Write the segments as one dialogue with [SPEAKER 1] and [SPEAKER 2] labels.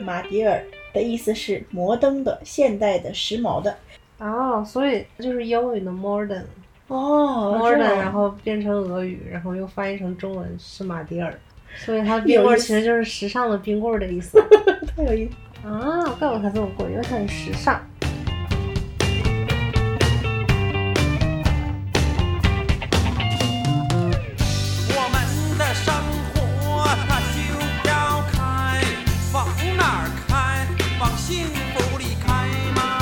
[SPEAKER 1] 马迭尔的意思是摩登的、现代的、时髦的。
[SPEAKER 2] 哦，所以就是英语的 modern
[SPEAKER 1] 哦
[SPEAKER 2] modern，
[SPEAKER 1] 这样
[SPEAKER 2] 然后变成俄语，然后又翻译成中文是马迭尔，所 以它冰
[SPEAKER 1] 有
[SPEAKER 2] 棍儿
[SPEAKER 1] 意思
[SPEAKER 2] 其实就是时尚的冰棍儿的意思
[SPEAKER 1] 太有意思。
[SPEAKER 2] 啊！怪不得它这么贵，因为它很时尚。
[SPEAKER 3] 我们的生活它就要开，往哪儿开？往幸福里开吗？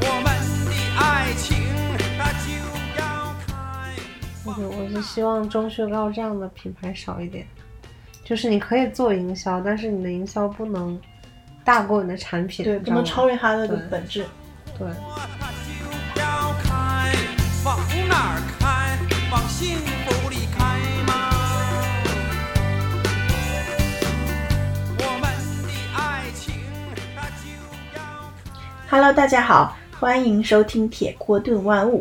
[SPEAKER 3] 我们的爱情它就要开。
[SPEAKER 2] 我就我是希望钟薛高这样的品牌少一点，就是你可以做营销，但是你的营销不能大过你的产品，
[SPEAKER 1] 对，
[SPEAKER 2] 你知
[SPEAKER 1] 不
[SPEAKER 2] 道
[SPEAKER 1] 能
[SPEAKER 2] 吗
[SPEAKER 1] 超越它的
[SPEAKER 2] 对
[SPEAKER 1] 本质。
[SPEAKER 2] 对。
[SPEAKER 3] 它就要开，往哪儿开？往幸福里开吗？我们的爱情它就要开。
[SPEAKER 1] Hello，大家好，欢迎收听《铁锅炖万物》，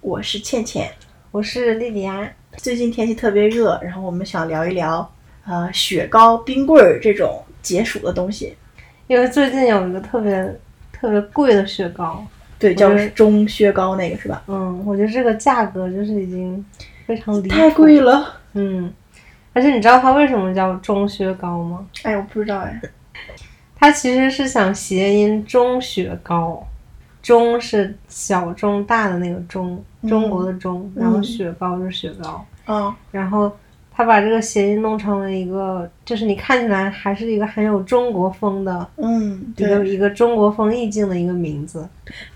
[SPEAKER 1] 我是倩倩。
[SPEAKER 2] 我是莉莉安，
[SPEAKER 1] 最近天气特别热，然后我们想聊一聊，呃，雪糕、冰棍儿这种解暑的东西。
[SPEAKER 2] 因为最近有一个特别特别贵的雪糕，
[SPEAKER 1] 对，叫
[SPEAKER 2] 我觉得
[SPEAKER 1] 中薛高那个是吧？
[SPEAKER 2] 嗯，我觉得这个价格就是已经非常离谱
[SPEAKER 1] 太贵，了，
[SPEAKER 2] 嗯，而且你知道它为什么叫中薛高吗？
[SPEAKER 1] 哎，我不知道哎。
[SPEAKER 2] 它其实是想谐音中雪糕，中是小中大的那个中，中国的中，然后
[SPEAKER 1] 嗯
[SPEAKER 2] 雪糕就是雪糕，
[SPEAKER 1] 哦，
[SPEAKER 2] 然后他把这个谐音弄成了一个，就是你看起来还是一个很有中国风的
[SPEAKER 1] 嗯，
[SPEAKER 2] 一个
[SPEAKER 1] 对，
[SPEAKER 2] 一个中国风意境的一个名字。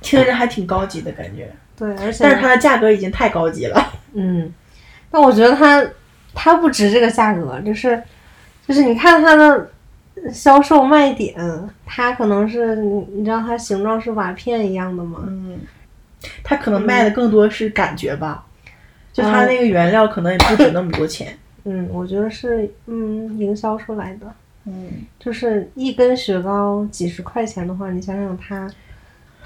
[SPEAKER 1] 听着还挺高级的感觉，
[SPEAKER 2] 对，而且
[SPEAKER 1] 但是它的价格已经太高级了。
[SPEAKER 2] 嗯，但我觉得它它不值这个价格，就是就是你看它的销售卖点，它可能是你你知道它形状是瓦片一样的嘛，
[SPEAKER 1] 嗯，它可能卖的更多是感觉吧，就它那个原料可能也不值那么多钱。
[SPEAKER 2] 嗯，我觉得是嗯营销出来的，
[SPEAKER 1] 嗯，
[SPEAKER 2] 就是一根雪糕几十块钱的话，你想想它。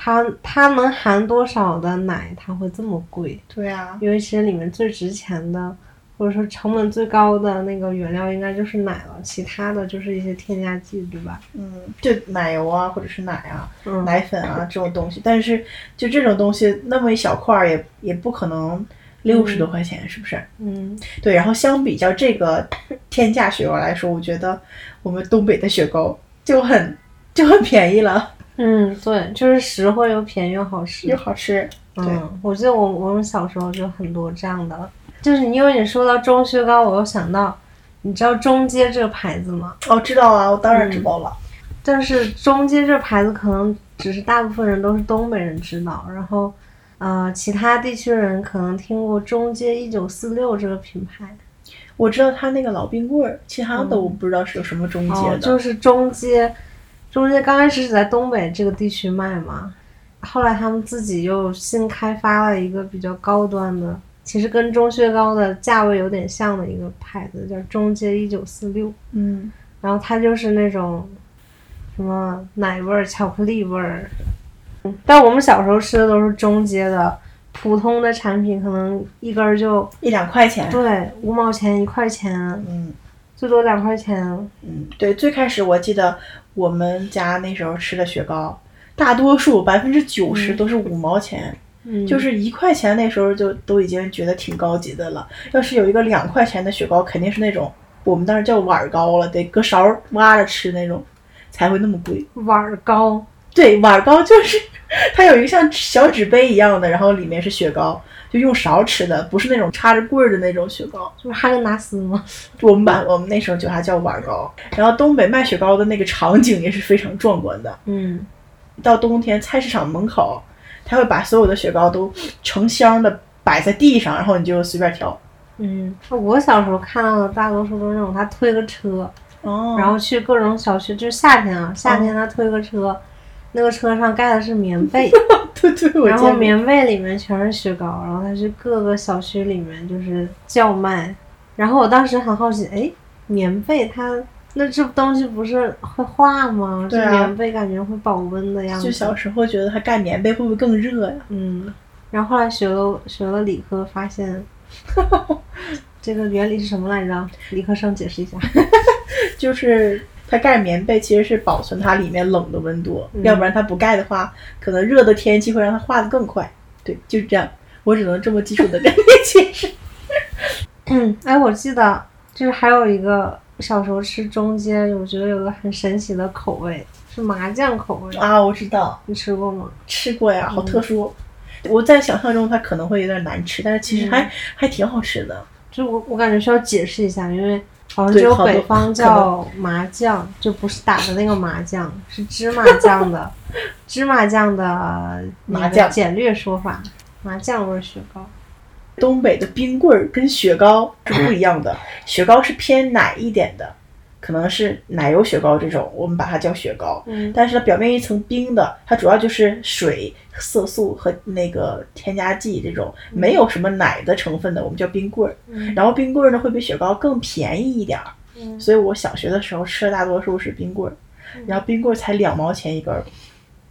[SPEAKER 2] 它它能含多少的奶？它会这么贵？
[SPEAKER 1] 对啊，
[SPEAKER 2] 因为其实里面最值钱的，或者说成本最高的那个原料应该就是奶了，其他的就是一些添加剂，对吧？
[SPEAKER 1] 嗯，就奶油啊，或者是奶啊、
[SPEAKER 2] 嗯，
[SPEAKER 1] 奶粉啊这种东西，但是就这种东西那么一小块儿也也不可能六十多块钱，是不是？
[SPEAKER 2] 嗯，
[SPEAKER 1] 对，然后相比较这个天价雪糕来说，我觉得我们东北的雪糕就很就很便宜了，
[SPEAKER 2] 嗯，对，就是实惠又便宜又好吃
[SPEAKER 1] 又。好吃。对
[SPEAKER 2] 嗯，我记得我我们小时候就很多这样的，就是因为你说到中薛高，我又想到，你知道中街这个牌子吗？
[SPEAKER 1] 哦，知道啊，我当然知道了。
[SPEAKER 2] 但是中街这牌子可能只是大部分人都是东北人知道，然后，呃，其他地区人可能听过中街一九四六这个品牌，
[SPEAKER 1] 我知道他那个老冰棍儿，其他的我不知道是有什么中介的。
[SPEAKER 2] 嗯哦，就是中街，中街刚开始只在东北这个地区卖嘛，后来他们自己又新开发了一个比较高端的，其实跟中薛高的价位有点像的一个牌子，叫中街一九四六，
[SPEAKER 1] 嗯，
[SPEAKER 2] 然后它就是那种什么奶味儿、巧克力味儿，嗯但我们小时候吃的都是中街的。普通的产品可能一根儿就
[SPEAKER 1] 一两块钱。
[SPEAKER 2] 对五毛钱一块钱，
[SPEAKER 1] 嗯
[SPEAKER 2] 最多两块钱。
[SPEAKER 1] 嗯，对，最开始我记得我们家那时候吃的雪糕，大多数百分之九十都是五毛钱，
[SPEAKER 2] 嗯，
[SPEAKER 1] 就是一块钱那时候就都已经觉得挺高级的了。要是有一个两块钱的雪糕，肯定是那种我们当时叫碗儿糕了，得搁勺儿挖着吃那种，才会那么贵。
[SPEAKER 2] 碗儿高，
[SPEAKER 1] 对，碗儿糕就是它有一个像小纸杯一样的，然后里面是雪糕，就用勺吃的，不是那种插着棍儿的那种雪糕。
[SPEAKER 2] 就是哈根达斯吗？
[SPEAKER 1] 我们把我们那时候叫它叫碗儿糕。然后东北卖雪糕的那个场景也是非常壮观的，
[SPEAKER 2] 嗯，
[SPEAKER 1] 到冬天菜市场门口，他会把所有的雪糕都成箱的摆在地上，然后你就随便挑。
[SPEAKER 2] 嗯，我小时候看到的大多数都是那种他推个车，
[SPEAKER 1] 哦
[SPEAKER 2] 然后去各种小区，就是夏天啊，夏
[SPEAKER 1] 嗯
[SPEAKER 2] 天他推个车，那个车上盖的是棉被，
[SPEAKER 1] 对对， 我
[SPEAKER 2] 然后
[SPEAKER 1] 见过。
[SPEAKER 2] 棉被里面全是雪糕，然后他去各个小区里面就是叫卖，然后我当时很好奇，哎，棉被它。那这东西不是会化吗？
[SPEAKER 1] 对啊
[SPEAKER 2] 这棉被感觉会保温的样子。
[SPEAKER 1] 就小时候觉得它盖棉被会不会更热呀、
[SPEAKER 2] 嗯，然后后来学了学了理科，发现， 这个原理是什么来着？理科生解释一下。
[SPEAKER 1] 就是它盖棉被其实是保存它里面冷的温度，
[SPEAKER 2] 嗯
[SPEAKER 1] 要不然它不盖的话，可能热的天气会让它化得更快。对，就是这样，我只能这么基础的跟你解释。
[SPEAKER 2] 哎，我记得就是还有一个小时候吃中间，我觉得有个很神奇的口味是麻酱口味，
[SPEAKER 1] 啊，我知道，
[SPEAKER 2] 你吃过吗？
[SPEAKER 1] 吃过呀，好特殊。我在想象中它可能会有点难吃，但是其实还、还挺好吃的。
[SPEAKER 2] 就我我感觉需要解释一下，因为好像只
[SPEAKER 1] 对
[SPEAKER 2] 有
[SPEAKER 1] 好多
[SPEAKER 2] 北方 叫麻酱，就不是打的那个麻酱，是芝麻酱 的芝麻酱的那个
[SPEAKER 1] 麻酱
[SPEAKER 2] 简略说法，麻酱味儿雪糕。
[SPEAKER 1] 东北的冰棍儿跟雪糕是不一样的，雪糕是偏奶一点的，可能是奶油雪糕这种，我们把它叫雪糕。
[SPEAKER 2] 嗯，
[SPEAKER 1] 但是它表面一层冰的，它主要就是水、色素和那个添加剂这种，没有什么奶的成分的，我们叫冰棍儿。然后冰棍儿呢会比雪糕更便宜一点儿，
[SPEAKER 2] 嗯
[SPEAKER 1] 所以我小学的时候吃的大多数是冰棍儿，然后冰棍儿才两毛钱一根儿，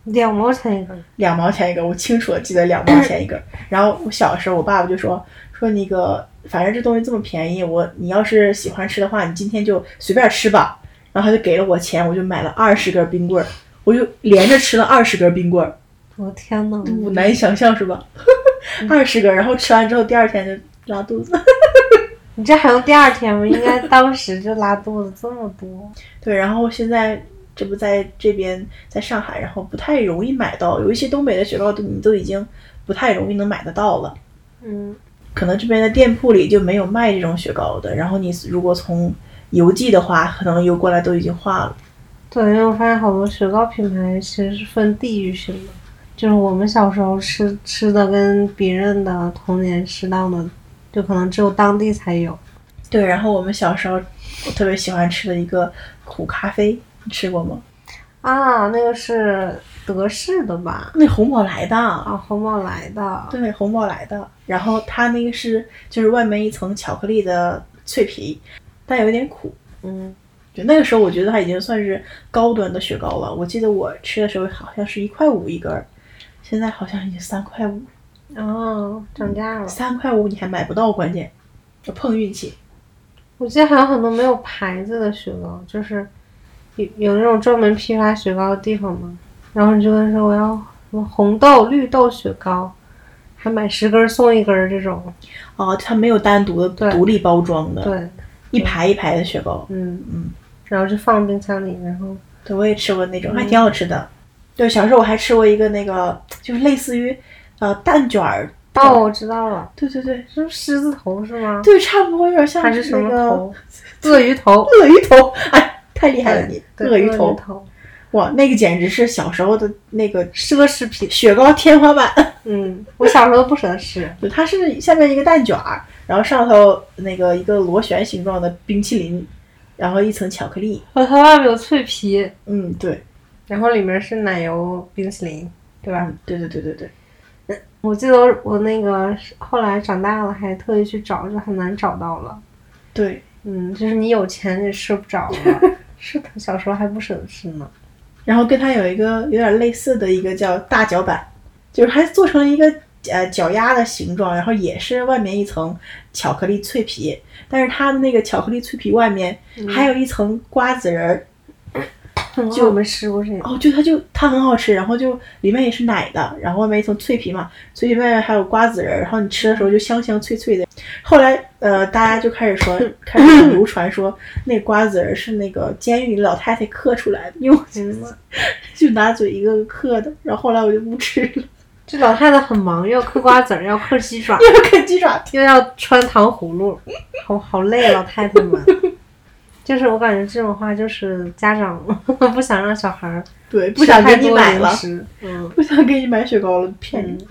[SPEAKER 2] 两毛钱一根儿，
[SPEAKER 1] 两毛钱一根儿，我清楚的记得两毛钱一根儿。然后我小时候，我爸爸就说说那个，反正这东西这么便宜，我你要是喜欢吃的话，你今天就随便吃吧。然后他就给了我钱，我就买了二十根冰棍儿，我就连着吃了二十根冰棍儿。
[SPEAKER 2] 我的天呐，
[SPEAKER 1] 我难以想象是吧？ 二十根儿，然后吃完之后第二天就拉肚子。
[SPEAKER 2] 你这还用第二天吗？应该当时就拉肚子这么多。
[SPEAKER 1] 对，然后现在这不在这边，在上海，然后不太容易买到，有一些东北的雪糕都你都已经不太容易能买得到了。
[SPEAKER 2] 嗯，
[SPEAKER 1] 可能这边的店铺里就没有卖这种雪糕的。然后你如果从邮寄的话，可能邮过来都已经化了。
[SPEAKER 2] 对，因为我发现好多雪糕品牌其实是分地域性的，就是我们小时候吃吃的跟别人的童年吃到的，就可能只有当地才有。
[SPEAKER 1] 对，然后我们小时候我特别喜欢吃的一个苦咖啡，你吃过吗？
[SPEAKER 2] 啊，那个是德式的吧？
[SPEAKER 1] 那红宝来的。
[SPEAKER 2] 啊，红宝来的。
[SPEAKER 1] 对，红宝来的。然后它那个是就是外面一层巧克力的脆皮，但有点苦。
[SPEAKER 2] 嗯，
[SPEAKER 1] 就那个时候，我觉得它已经算是高端的雪糕了。我记得我吃的时候好像是一块五一根儿，现在好像已经三块五，
[SPEAKER 2] 哦，涨价了。
[SPEAKER 1] 三块五你还买不到，关键碰运气。
[SPEAKER 2] 我记得还有很多没有牌子的雪糕，就是有有那种专门批发雪糕的地方嘛。然后你就跟他说我要什么红豆、绿豆雪糕，还买十根儿送一根儿这种。
[SPEAKER 1] 哦，它没有单独
[SPEAKER 2] 对
[SPEAKER 1] 的独立包装的，
[SPEAKER 2] 对，
[SPEAKER 1] 一排一排的雪糕。
[SPEAKER 2] 嗯
[SPEAKER 1] 嗯，
[SPEAKER 2] 然后就放冰箱里，然后
[SPEAKER 1] 对，我也吃过那种，
[SPEAKER 2] 嗯
[SPEAKER 1] 还挺好吃的。对，小时候我还吃过一个那个，就是类似于呃蛋卷儿。
[SPEAKER 2] 哦，我知道了，
[SPEAKER 1] 对对对，
[SPEAKER 2] 是不是狮子头是吗？
[SPEAKER 1] 对，差不多有点像
[SPEAKER 2] 还是什
[SPEAKER 1] 那
[SPEAKER 2] 么
[SPEAKER 1] 个
[SPEAKER 2] 头？鳄鱼头。
[SPEAKER 1] 鳄鱼头，哎，太厉害了你
[SPEAKER 2] 对！，对
[SPEAKER 1] 鳄鱼
[SPEAKER 2] 头
[SPEAKER 1] 头，哇，那个简直是小时候的那个
[SPEAKER 2] 奢侈品。
[SPEAKER 1] 雪糕天花板。
[SPEAKER 2] 嗯，我小时候都不舍得吃。
[SPEAKER 1] 就它是下面一个蛋卷儿，然后上头那个一个螺旋形状的冰淇淋，然后一层巧克力。
[SPEAKER 2] 哦，它外面有脆皮，
[SPEAKER 1] 嗯，对，
[SPEAKER 2] 然后里面是奶油冰淇淋，对吧？
[SPEAKER 1] 嗯，对对对对对，
[SPEAKER 2] 我记得我那个是后来长大了还特意去找，就很难找到了。
[SPEAKER 1] 对。
[SPEAKER 2] 嗯，就是你有钱也吃不着了。 是的，小时候还不舍得吃呢。
[SPEAKER 1] 然后跟它有一个有点类似的一个叫大脚板，就是它做成了一个呃脚丫的形状，然后也是外面一层巧克力脆皮，但是它的那个巧克力脆皮外面还有一层瓜子仁儿，
[SPEAKER 2] 就我没吃过这个。
[SPEAKER 1] 哦，就它就它很好吃，然后就里面也是奶的，然后外面一层脆皮嘛，脆皮外面还有瓜子仁儿，然后你吃的时候就香香脆脆的。后来呃，大家就开始说，开始流传说那瓜子仁儿是那个监狱里老太太刻出来的，用
[SPEAKER 2] 嗯，
[SPEAKER 1] 就拿嘴一个个刻的。然后后来我就不吃了，
[SPEAKER 2] 这老太太很忙，又要嗑瓜子儿，又要嗑鸡爪，
[SPEAKER 1] 又啃鸡爪。
[SPEAKER 2] 又要穿糖葫芦，好好累，啊老太太们。就是我感觉这种话，就是家长 不想让小孩儿
[SPEAKER 1] 对，不想
[SPEAKER 2] 吃太
[SPEAKER 1] 给你
[SPEAKER 2] 多嗯
[SPEAKER 1] 买
[SPEAKER 2] 零
[SPEAKER 1] 了，
[SPEAKER 2] 食嗯，
[SPEAKER 1] 不想给你买雪糕了，骗你。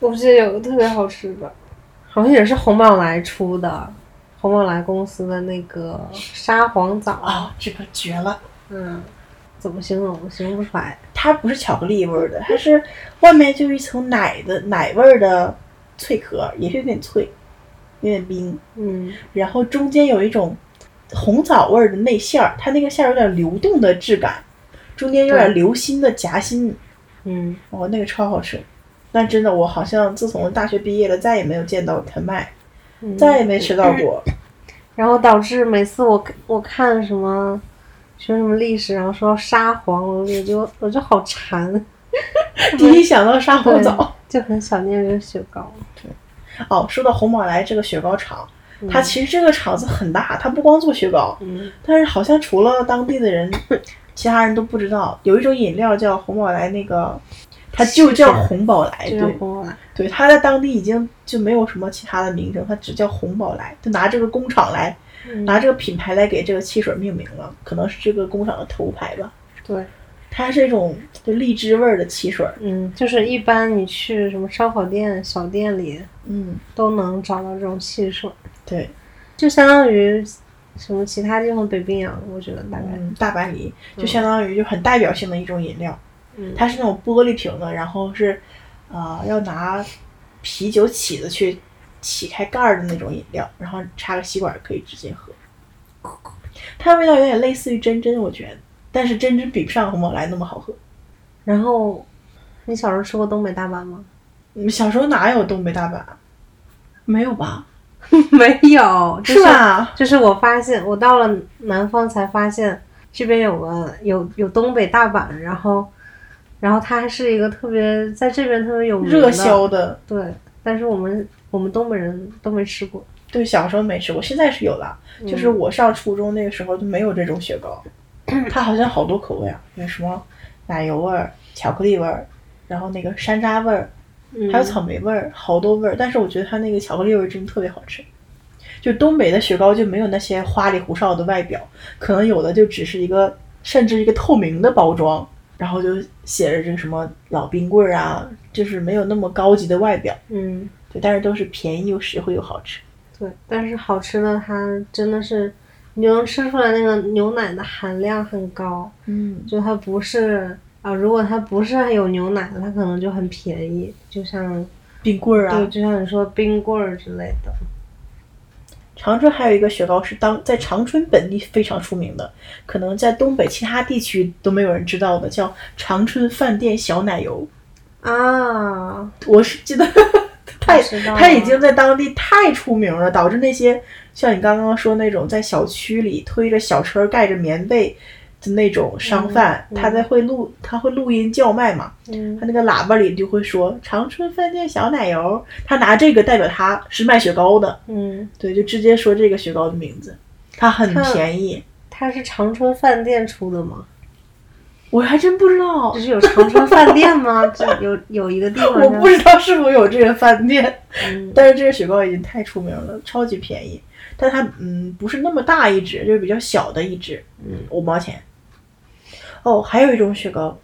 [SPEAKER 2] 我记得有个特别好吃的，好像也是红宝来出的，红宝来公司的那个沙皇枣，
[SPEAKER 1] 啊、这个绝了！
[SPEAKER 2] 嗯，怎么形容？我形容不出来。
[SPEAKER 1] 它不是巧克力味儿的，它是外面就是一层奶的奶味儿的脆壳，也是有点脆，有点冰，
[SPEAKER 2] 嗯，
[SPEAKER 1] 然后中间有一种红枣味儿的内馅儿，它那个馅儿有点流动的质感，中间有点流心的夹心，
[SPEAKER 2] 嗯，
[SPEAKER 1] 哦，那个超好吃。但真的，我好像自从大学毕业了，再也没有见到它卖。再也没吃到过。
[SPEAKER 2] 嗯然后导致每次我我看什么学什么历史，然后说沙皇，我我就我就 好馋，嗯
[SPEAKER 1] 第一想到沙皇枣。
[SPEAKER 2] 就很想念这个雪糕。
[SPEAKER 1] 哦，说到红宝来这个雪糕厂，
[SPEAKER 2] 嗯
[SPEAKER 1] 它其实这个厂子很大，它不光做雪糕，
[SPEAKER 2] 嗯
[SPEAKER 1] 但是好像除了当地的 人，其他人都不知道有一种饮料叫红宝来，那个它就叫红宝来，
[SPEAKER 2] 就像
[SPEAKER 1] 哎对
[SPEAKER 2] 红宝来，
[SPEAKER 1] 对，它在当地已经就没有什么其他的名称，它只叫红宝来，就拿这个工厂来，
[SPEAKER 2] 嗯
[SPEAKER 1] 拿这个品牌来给这个汽水命名了，可能是这个工厂的头牌吧。
[SPEAKER 2] 对，
[SPEAKER 1] 它是一种就荔枝味儿的汽水，
[SPEAKER 2] 嗯，就是一般你去什么烧烤店、小店里
[SPEAKER 1] 嗯，
[SPEAKER 2] 都能找到这种汽水，
[SPEAKER 1] 对，
[SPEAKER 2] 就相当于什么其他地方北冰洋，我觉得大概。
[SPEAKER 1] 嗯，大白梨就相当于就很代表性的一种饮料。
[SPEAKER 2] 嗯，
[SPEAKER 1] 它是那种玻璃瓶的，然后是，呃，要拿啤酒起子去起开盖儿的那种饮料，然后插个吸管可以直接喝。它的味道有点类似于真真，我觉得，但是真真比不上红宝来那么好喝。
[SPEAKER 2] 然后你小时候吃过东北大板吗？
[SPEAKER 1] 你们嗯小时候哪有东北大板？没有吧？
[SPEAKER 2] 没有，就是
[SPEAKER 1] 吧？
[SPEAKER 2] 就是我发现，我到了南方才发现，这边有个有有东北大阪，然后，然后它还是一个特别在这边特别有名的
[SPEAKER 1] 热销的，
[SPEAKER 2] 对，但是我们我们东北人都没吃过，
[SPEAKER 1] 对，小时候没吃过，现在是有了。就是我上初中那个时候就没有这种雪糕，它好像好多口味啊，有什么奶油味儿、巧克力味儿，然后那个山楂味儿，
[SPEAKER 2] 嗯
[SPEAKER 1] 还有草莓味儿，好多味儿。但是我觉得它那个巧克力味儿真的特别好吃。就东北的雪糕就没有那些花里胡哨的外表，可能有的就只是一个甚至一个透明的包装，然后就写着这个什么老冰棍儿啊，就是没有那么高级的外表。
[SPEAKER 2] 嗯
[SPEAKER 1] 对，但是都是便宜又实惠又好吃。
[SPEAKER 2] 对，但是好吃的它真的是，你就能吃出来那个牛奶的含量很高，
[SPEAKER 1] 嗯，
[SPEAKER 2] 就它不是啊、如果它不是有牛奶的，它可能就很便宜，就像
[SPEAKER 1] 冰棍儿
[SPEAKER 2] 对，
[SPEAKER 1] 啊，
[SPEAKER 2] 就像你说冰棍儿之类的，
[SPEAKER 1] 长春还有一个雪糕是当在长春本地非常出名的，可能在东北其他地区都没有人知道的，叫长春饭店小奶油。
[SPEAKER 2] 啊，
[SPEAKER 1] 我是 记得太
[SPEAKER 2] 我知道啊
[SPEAKER 1] 他已
[SPEAKER 2] 了
[SPEAKER 1] 经在当地太出名了，导致那些像你刚刚说那种在小区里推着小车盖着棉被的那种商贩，
[SPEAKER 2] 嗯嗯
[SPEAKER 1] 他在会录他会录音叫卖嘛，
[SPEAKER 2] 嗯
[SPEAKER 1] 他那个喇叭里就会说长春饭店小奶油，他拿这个代表他是卖雪糕的，
[SPEAKER 2] 嗯，
[SPEAKER 1] 对，就直接说这个雪糕的名字，它很
[SPEAKER 2] 它
[SPEAKER 1] 便宜，
[SPEAKER 2] 它是长春饭店出的吗？
[SPEAKER 1] 我还真不知道
[SPEAKER 2] 就。是有长春饭店吗？ 这有有一个地 方
[SPEAKER 1] 我
[SPEAKER 2] 叫，
[SPEAKER 1] 不知道是否有这个饭店，
[SPEAKER 2] 嗯
[SPEAKER 1] 但是这个雪糕已经太出名了，超级便宜。但它嗯不是那么大一只，就是比较小的一只，
[SPEAKER 2] 嗯
[SPEAKER 1] 五毛钱。哦，还有一种雪糕，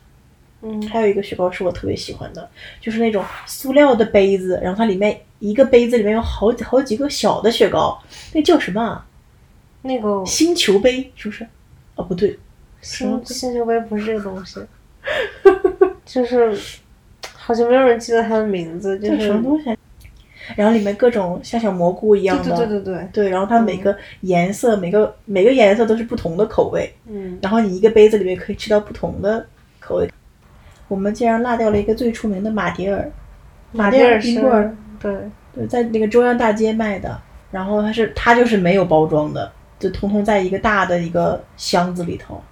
[SPEAKER 2] 嗯
[SPEAKER 1] 还有一个雪糕是我特别喜欢的，就是那种塑料的杯子，然后它里面一个杯子里面有好几好几个小的雪糕，那叫什么、啊？
[SPEAKER 2] 那个
[SPEAKER 1] 星球杯是不是？哦，不对，
[SPEAKER 2] 星星球杯不是这个东西，就是好像没有人记得它的名 字，就
[SPEAKER 1] 叫
[SPEAKER 2] 是
[SPEAKER 1] 什么东西啊？然后里面各种像小蘑菇一样
[SPEAKER 2] 对
[SPEAKER 1] 的，
[SPEAKER 2] 对对对对，嗯
[SPEAKER 1] 对然后它每个颜色，每个每个颜色都是不同的口味，
[SPEAKER 2] 嗯
[SPEAKER 1] 然后你一个杯子里面可以吃到不同的口味。我们竟然落掉了一个最出名的马迭尔，马迭
[SPEAKER 2] 尔
[SPEAKER 1] 尔
[SPEAKER 2] 是
[SPEAKER 1] 冰棍儿，
[SPEAKER 2] 对，
[SPEAKER 1] 对，在那个中央大街卖的。然后它是它就是没有包装的，就通通在一个大的一个箱子里头，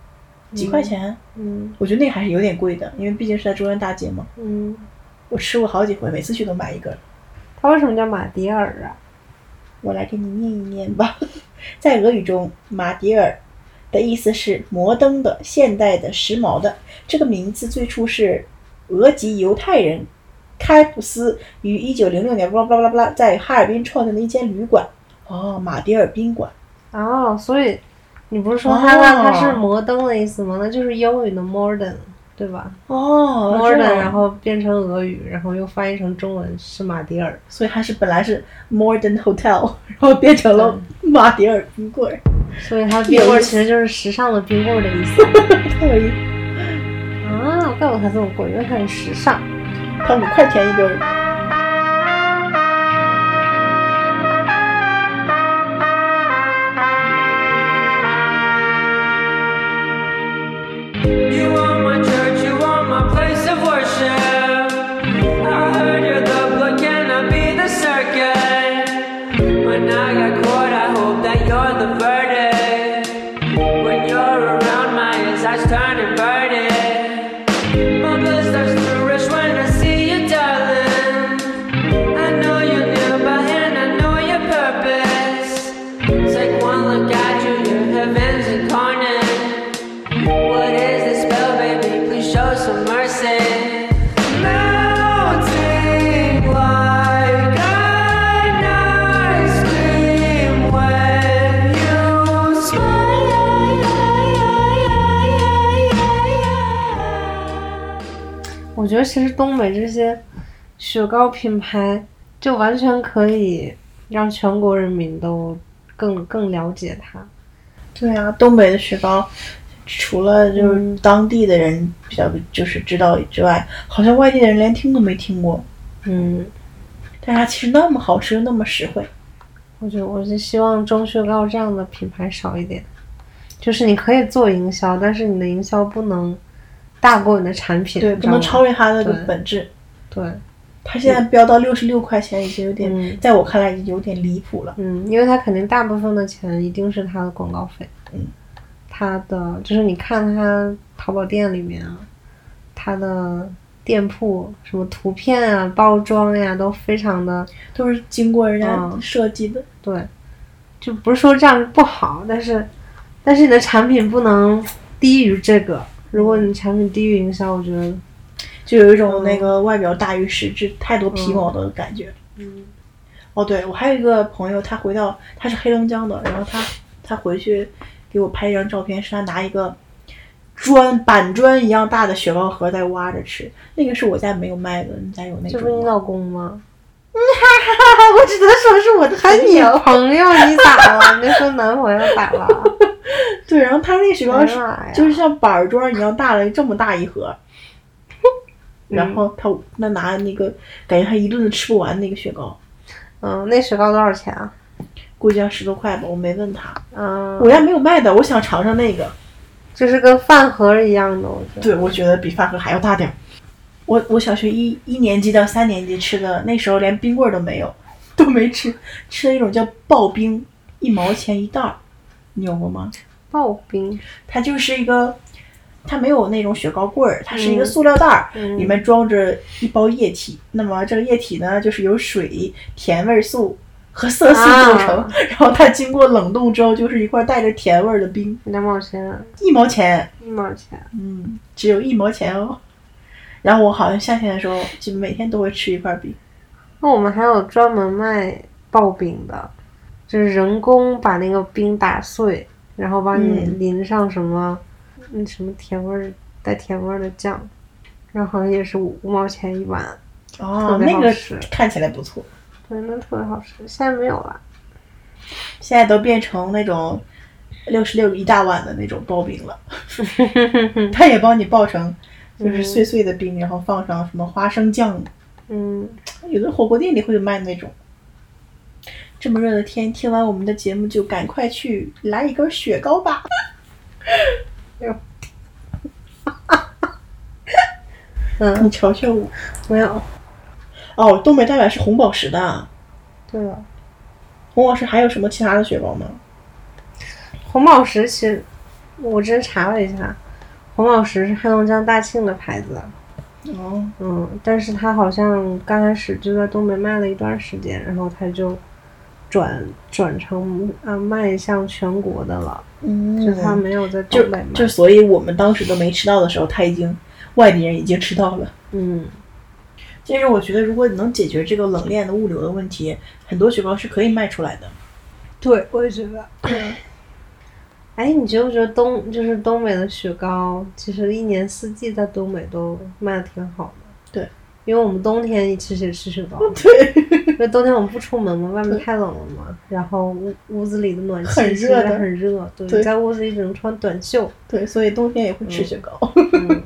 [SPEAKER 1] 几块钱，
[SPEAKER 2] 嗯
[SPEAKER 1] 我觉得那个还是有点贵的，因为毕竟是在中央大街嘛。
[SPEAKER 2] 嗯，
[SPEAKER 1] 我吃过好几回，每次去都买一根儿。
[SPEAKER 2] 它为什么叫马迭尔啊？
[SPEAKER 1] 我来给你念一念吧。 在俄语中，马迭尔的意思是摩登的、现代的、时髦的。这个名字最初是俄籍犹太人开普斯于一九零六年巴拉巴拉巴拉在哈尔滨创建的一间旅馆。哦，马迭尔宾馆。
[SPEAKER 2] 哦，所以你不是说它那
[SPEAKER 1] 哦
[SPEAKER 2] 它是摩登的意思吗？那就是英语的 modern，对吧
[SPEAKER 1] 哦
[SPEAKER 2] ？modern，然
[SPEAKER 1] 然后
[SPEAKER 2] 后变成俄语，然后又翻译成中文是马迭尔。
[SPEAKER 1] 所以它是本来是 Modern Hotel，然后变成了马迭尔宾馆。
[SPEAKER 2] 所以它冰棍儿其实就是时尚的冰棍儿的意 思
[SPEAKER 1] 太有意思，
[SPEAKER 2] 啊！怪不得它这么贵，因为它很时尚。
[SPEAKER 1] 它五块钱一根儿。
[SPEAKER 3] You are my church, you are my place of worship. I heard you're the book, can I be the circuit? My
[SPEAKER 2] 我觉得其实东北这些雪糕品牌就完全可以让全国人民都更更了解它。
[SPEAKER 1] 对啊，东北的雪糕，除了就是
[SPEAKER 2] 嗯
[SPEAKER 1] 当地的人比较就是知道之外，好像外地的人连听都没听过。
[SPEAKER 2] 嗯，
[SPEAKER 1] 但是它其实那么好吃，又那么实惠。
[SPEAKER 2] 我就我就希望中雪糕这样的品牌少一点，就是你可以做营销，但是你的营销不能大过你的产品，
[SPEAKER 1] 对，
[SPEAKER 2] 你
[SPEAKER 1] 不
[SPEAKER 2] 知道
[SPEAKER 1] 能
[SPEAKER 2] 吗
[SPEAKER 1] 超越它的
[SPEAKER 2] 对
[SPEAKER 1] 本质。
[SPEAKER 2] 对，
[SPEAKER 1] 它现在飙到六十六块钱，已经有点，
[SPEAKER 2] 嗯
[SPEAKER 1] 在我看来已经有点离谱了。
[SPEAKER 2] 嗯，因为它肯定大部分的钱一定是它的广告费，
[SPEAKER 1] 嗯，
[SPEAKER 2] 它的就是你看它淘宝店里面啊，它的店铺什么图片啊、包装呀、都非常的
[SPEAKER 1] 都是经过人家
[SPEAKER 2] 嗯
[SPEAKER 1] 设计的，
[SPEAKER 2] 对，就不是说这样不好，但是但是你的产品不能低于这个，如果你产品低于营销，我觉得
[SPEAKER 1] 就有一种
[SPEAKER 2] 嗯
[SPEAKER 1] 那个外表大于实质、太多皮毛的感觉。
[SPEAKER 2] 嗯
[SPEAKER 1] 哦，对，我还有一个朋友，他回到他是黑龙江的，然后他他回去给我拍一张照片，是他拿一个砖板砖一样大的雪糕盒在挖着吃，那个是我家没有卖的，你家有那
[SPEAKER 2] 这不是
[SPEAKER 1] 种
[SPEAKER 2] 你
[SPEAKER 1] 吗？
[SPEAKER 2] 老公吗？ 哈哈哈！我只能说是我的
[SPEAKER 1] 还
[SPEAKER 2] 女
[SPEAKER 1] 有
[SPEAKER 2] 朋友，你咋 了？别说男朋友咋了？
[SPEAKER 1] 对，然后他那个雪
[SPEAKER 2] 哎
[SPEAKER 1] 糕
[SPEAKER 2] 呀
[SPEAKER 1] 是
[SPEAKER 2] 妈呀
[SPEAKER 1] 就是像板砖一样大的，这么大一 盒。
[SPEAKER 2] 嗯
[SPEAKER 1] 然后他那拿那个，感觉他一顿吃不完那个雪糕，
[SPEAKER 2] 嗯，那雪糕多少钱啊？
[SPEAKER 1] 估计要十多块吧，我没问他，
[SPEAKER 2] 嗯，
[SPEAKER 1] 我家没有卖的，我想尝尝那个。
[SPEAKER 2] 就是跟饭盒一样的，我觉得。
[SPEAKER 1] 对，我觉得比饭盒还要大点儿。我我小学一一年级到三年级吃的，那时候连冰棍儿都没有， 都没吃，吃了一种叫刨冰，一毛钱一袋儿，你有过吗？
[SPEAKER 2] 刨冰，
[SPEAKER 1] 它就是一个，它没有那种雪糕棍儿，它是一个
[SPEAKER 2] 嗯
[SPEAKER 1] 塑料袋儿，
[SPEAKER 2] 嗯
[SPEAKER 1] 里面装着一包液体。那么这个液体呢，就是由水、甜味素和色素构成，
[SPEAKER 2] 啊
[SPEAKER 1] 然后它经过冷冻之后，就是一块带着甜味儿的冰，
[SPEAKER 2] 两毛钱，啊
[SPEAKER 1] 一毛钱。
[SPEAKER 2] 一毛钱。啊
[SPEAKER 1] 嗯，只有一毛钱哦。然后我好像夏天的时候就每天都会吃一块冰，
[SPEAKER 2] 那我们还有专门卖刨冰的，就是人工把那个冰打碎，然后帮你
[SPEAKER 1] 嗯
[SPEAKER 2] 淋上什么，嗯，什么甜味儿带甜味儿的酱，然后好像也是五五毛钱一碗，
[SPEAKER 1] 哦
[SPEAKER 2] 特，别
[SPEAKER 1] 那
[SPEAKER 2] 好
[SPEAKER 1] 个
[SPEAKER 2] 吃
[SPEAKER 1] 看起来不错。
[SPEAKER 2] 对，那特别好吃。现在没有了。
[SPEAKER 1] 现在都变成那种六十六一大碗的那种刨冰 了，它也帮你刨成就是碎碎的冰，然后放上什么花生酱，
[SPEAKER 2] 嗯，
[SPEAKER 1] 有的火锅店里会有卖那种。这么热的天，听完我们的节目就赶快去来一根雪糕吧。
[SPEAKER 2] 嗯，
[SPEAKER 1] 你嗯瞧瞧我，
[SPEAKER 2] 没有。
[SPEAKER 1] 哦，东北代表是红宝石的，
[SPEAKER 2] 对了，
[SPEAKER 1] 红宝石还有什么其他的雪糕吗？
[SPEAKER 2] 红宝石其实我之前查了一下，红宝石是黑龙江大庆的牌子。
[SPEAKER 1] 哦，
[SPEAKER 2] 嗯，但是他好像刚开始就在东北卖了一段时间，然后他就转转成啊卖向全国的了，
[SPEAKER 1] 嗯
[SPEAKER 2] 就他没有在
[SPEAKER 1] 就
[SPEAKER 2] 东北卖。
[SPEAKER 1] 就所以我们当时都没吃到的时候，他已经外地人已经吃到了。
[SPEAKER 2] 嗯，
[SPEAKER 1] 其实我觉得，如果你能解决这个冷链的物流的问题，很多雪糕是可以卖出来的。
[SPEAKER 2] 对，我也觉得。哎，你觉不觉得东就是东北的雪糕，其实一年四季在东北都卖的挺好的。
[SPEAKER 1] 对，
[SPEAKER 2] 因为我们冬天其实也吃雪糕，
[SPEAKER 1] 对，
[SPEAKER 2] 因为冬天我们不出门嘛，外面太冷了嘛，然后屋屋子里的暖气
[SPEAKER 1] 很
[SPEAKER 2] 其实
[SPEAKER 1] 热的
[SPEAKER 2] 很热，对，
[SPEAKER 1] 对
[SPEAKER 2] 在屋子里只能穿短袖。
[SPEAKER 1] 对，所以冬天也会吃雪糕。
[SPEAKER 2] 嗯，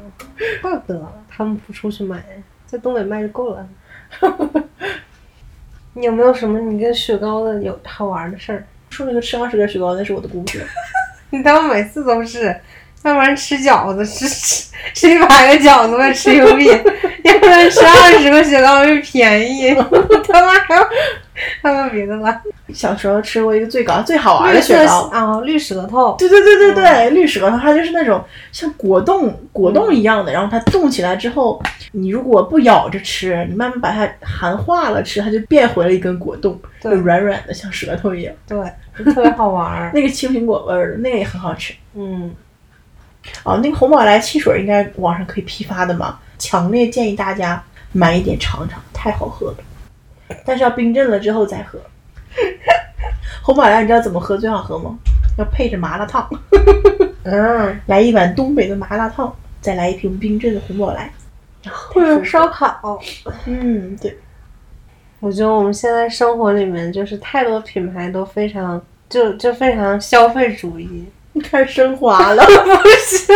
[SPEAKER 2] 怪不得他们不出去买，在东北卖就 够了。你有没有什么你跟雪糕的有好玩的事儿？
[SPEAKER 1] 说那个吃二十根雪糕，那是我的故事。
[SPEAKER 2] 你当我每次都是，要不然吃饺子吃吃吃一百个饺子我也吃牛逼，要不然吃二十个雪糕又便宜， 他妈还有还有别的了？
[SPEAKER 1] 小时候吃过一个最搞最好玩
[SPEAKER 2] 绿
[SPEAKER 1] 的雪
[SPEAKER 2] 色
[SPEAKER 1] 糕。
[SPEAKER 2] 啊，绿舌头，
[SPEAKER 1] 对对对对对，绿舌头它就是那种像果冻果冻一样的，然后它冻起来之后，你如果不咬着吃，你慢慢把它含化了吃，它就变回了一根果冻，就
[SPEAKER 2] 对
[SPEAKER 1] 软软的，像舌头一样。
[SPEAKER 2] 对，就特别好玩儿。
[SPEAKER 1] 那个青苹果味儿的，那个也很好吃。
[SPEAKER 2] 嗯，
[SPEAKER 1] 哦，那个红宝来汽水应该网上可以批发的嘛，强烈建议大家买一点尝尝，太好喝了。但是要冰镇了之后再喝。红宝来你知道怎么喝最好喝吗？要配着麻辣烫，
[SPEAKER 2] 嗯，
[SPEAKER 1] 来一碗东北的麻辣烫，再来一瓶冰镇的红宝来。
[SPEAKER 2] 或者烧烤。
[SPEAKER 1] 嗯，对，
[SPEAKER 2] 我觉得我们现在生活里面就是太多品牌都非常就就非常消费主义，
[SPEAKER 1] 你开始升华了。
[SPEAKER 2] 不是，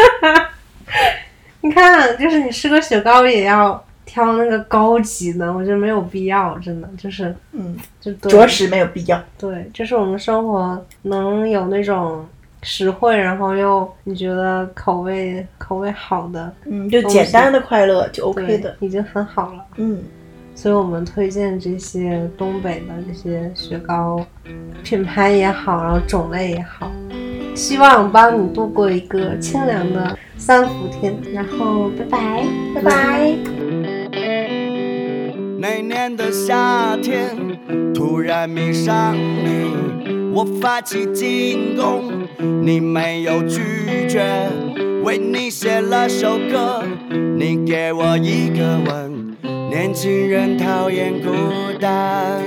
[SPEAKER 2] 你看，就是你吃个雪糕也要挑那个高级的，我觉得没有必要，真的就是
[SPEAKER 1] 嗯，
[SPEAKER 2] 就对
[SPEAKER 1] 着实没有必要。
[SPEAKER 2] 对，就是我们生活能有那种实惠，然后又你觉得口味口味好的
[SPEAKER 1] 嗯，就简单的快乐就 OK
[SPEAKER 2] 对
[SPEAKER 1] 的。
[SPEAKER 2] 已经很好了。
[SPEAKER 1] 嗯，
[SPEAKER 2] 所以我们推荐这些东北的这些雪糕，品牌也好，然后种类也好，希望帮你度过一个清凉的三伏天。然后，拜拜，拜拜。
[SPEAKER 4] 那年的夏天，突然迷上你，我发起进攻，你没有拒绝，为你写了首歌，你给我一个吻，年轻人讨厌孤单。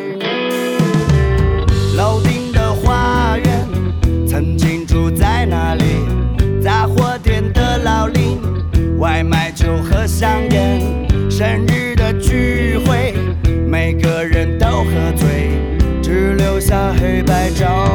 [SPEAKER 4] 楼顶的花园，曾经住在那里？杂货店的老林，外卖酒和香烟，生日的聚会，每个人都喝醉，只留下黑白照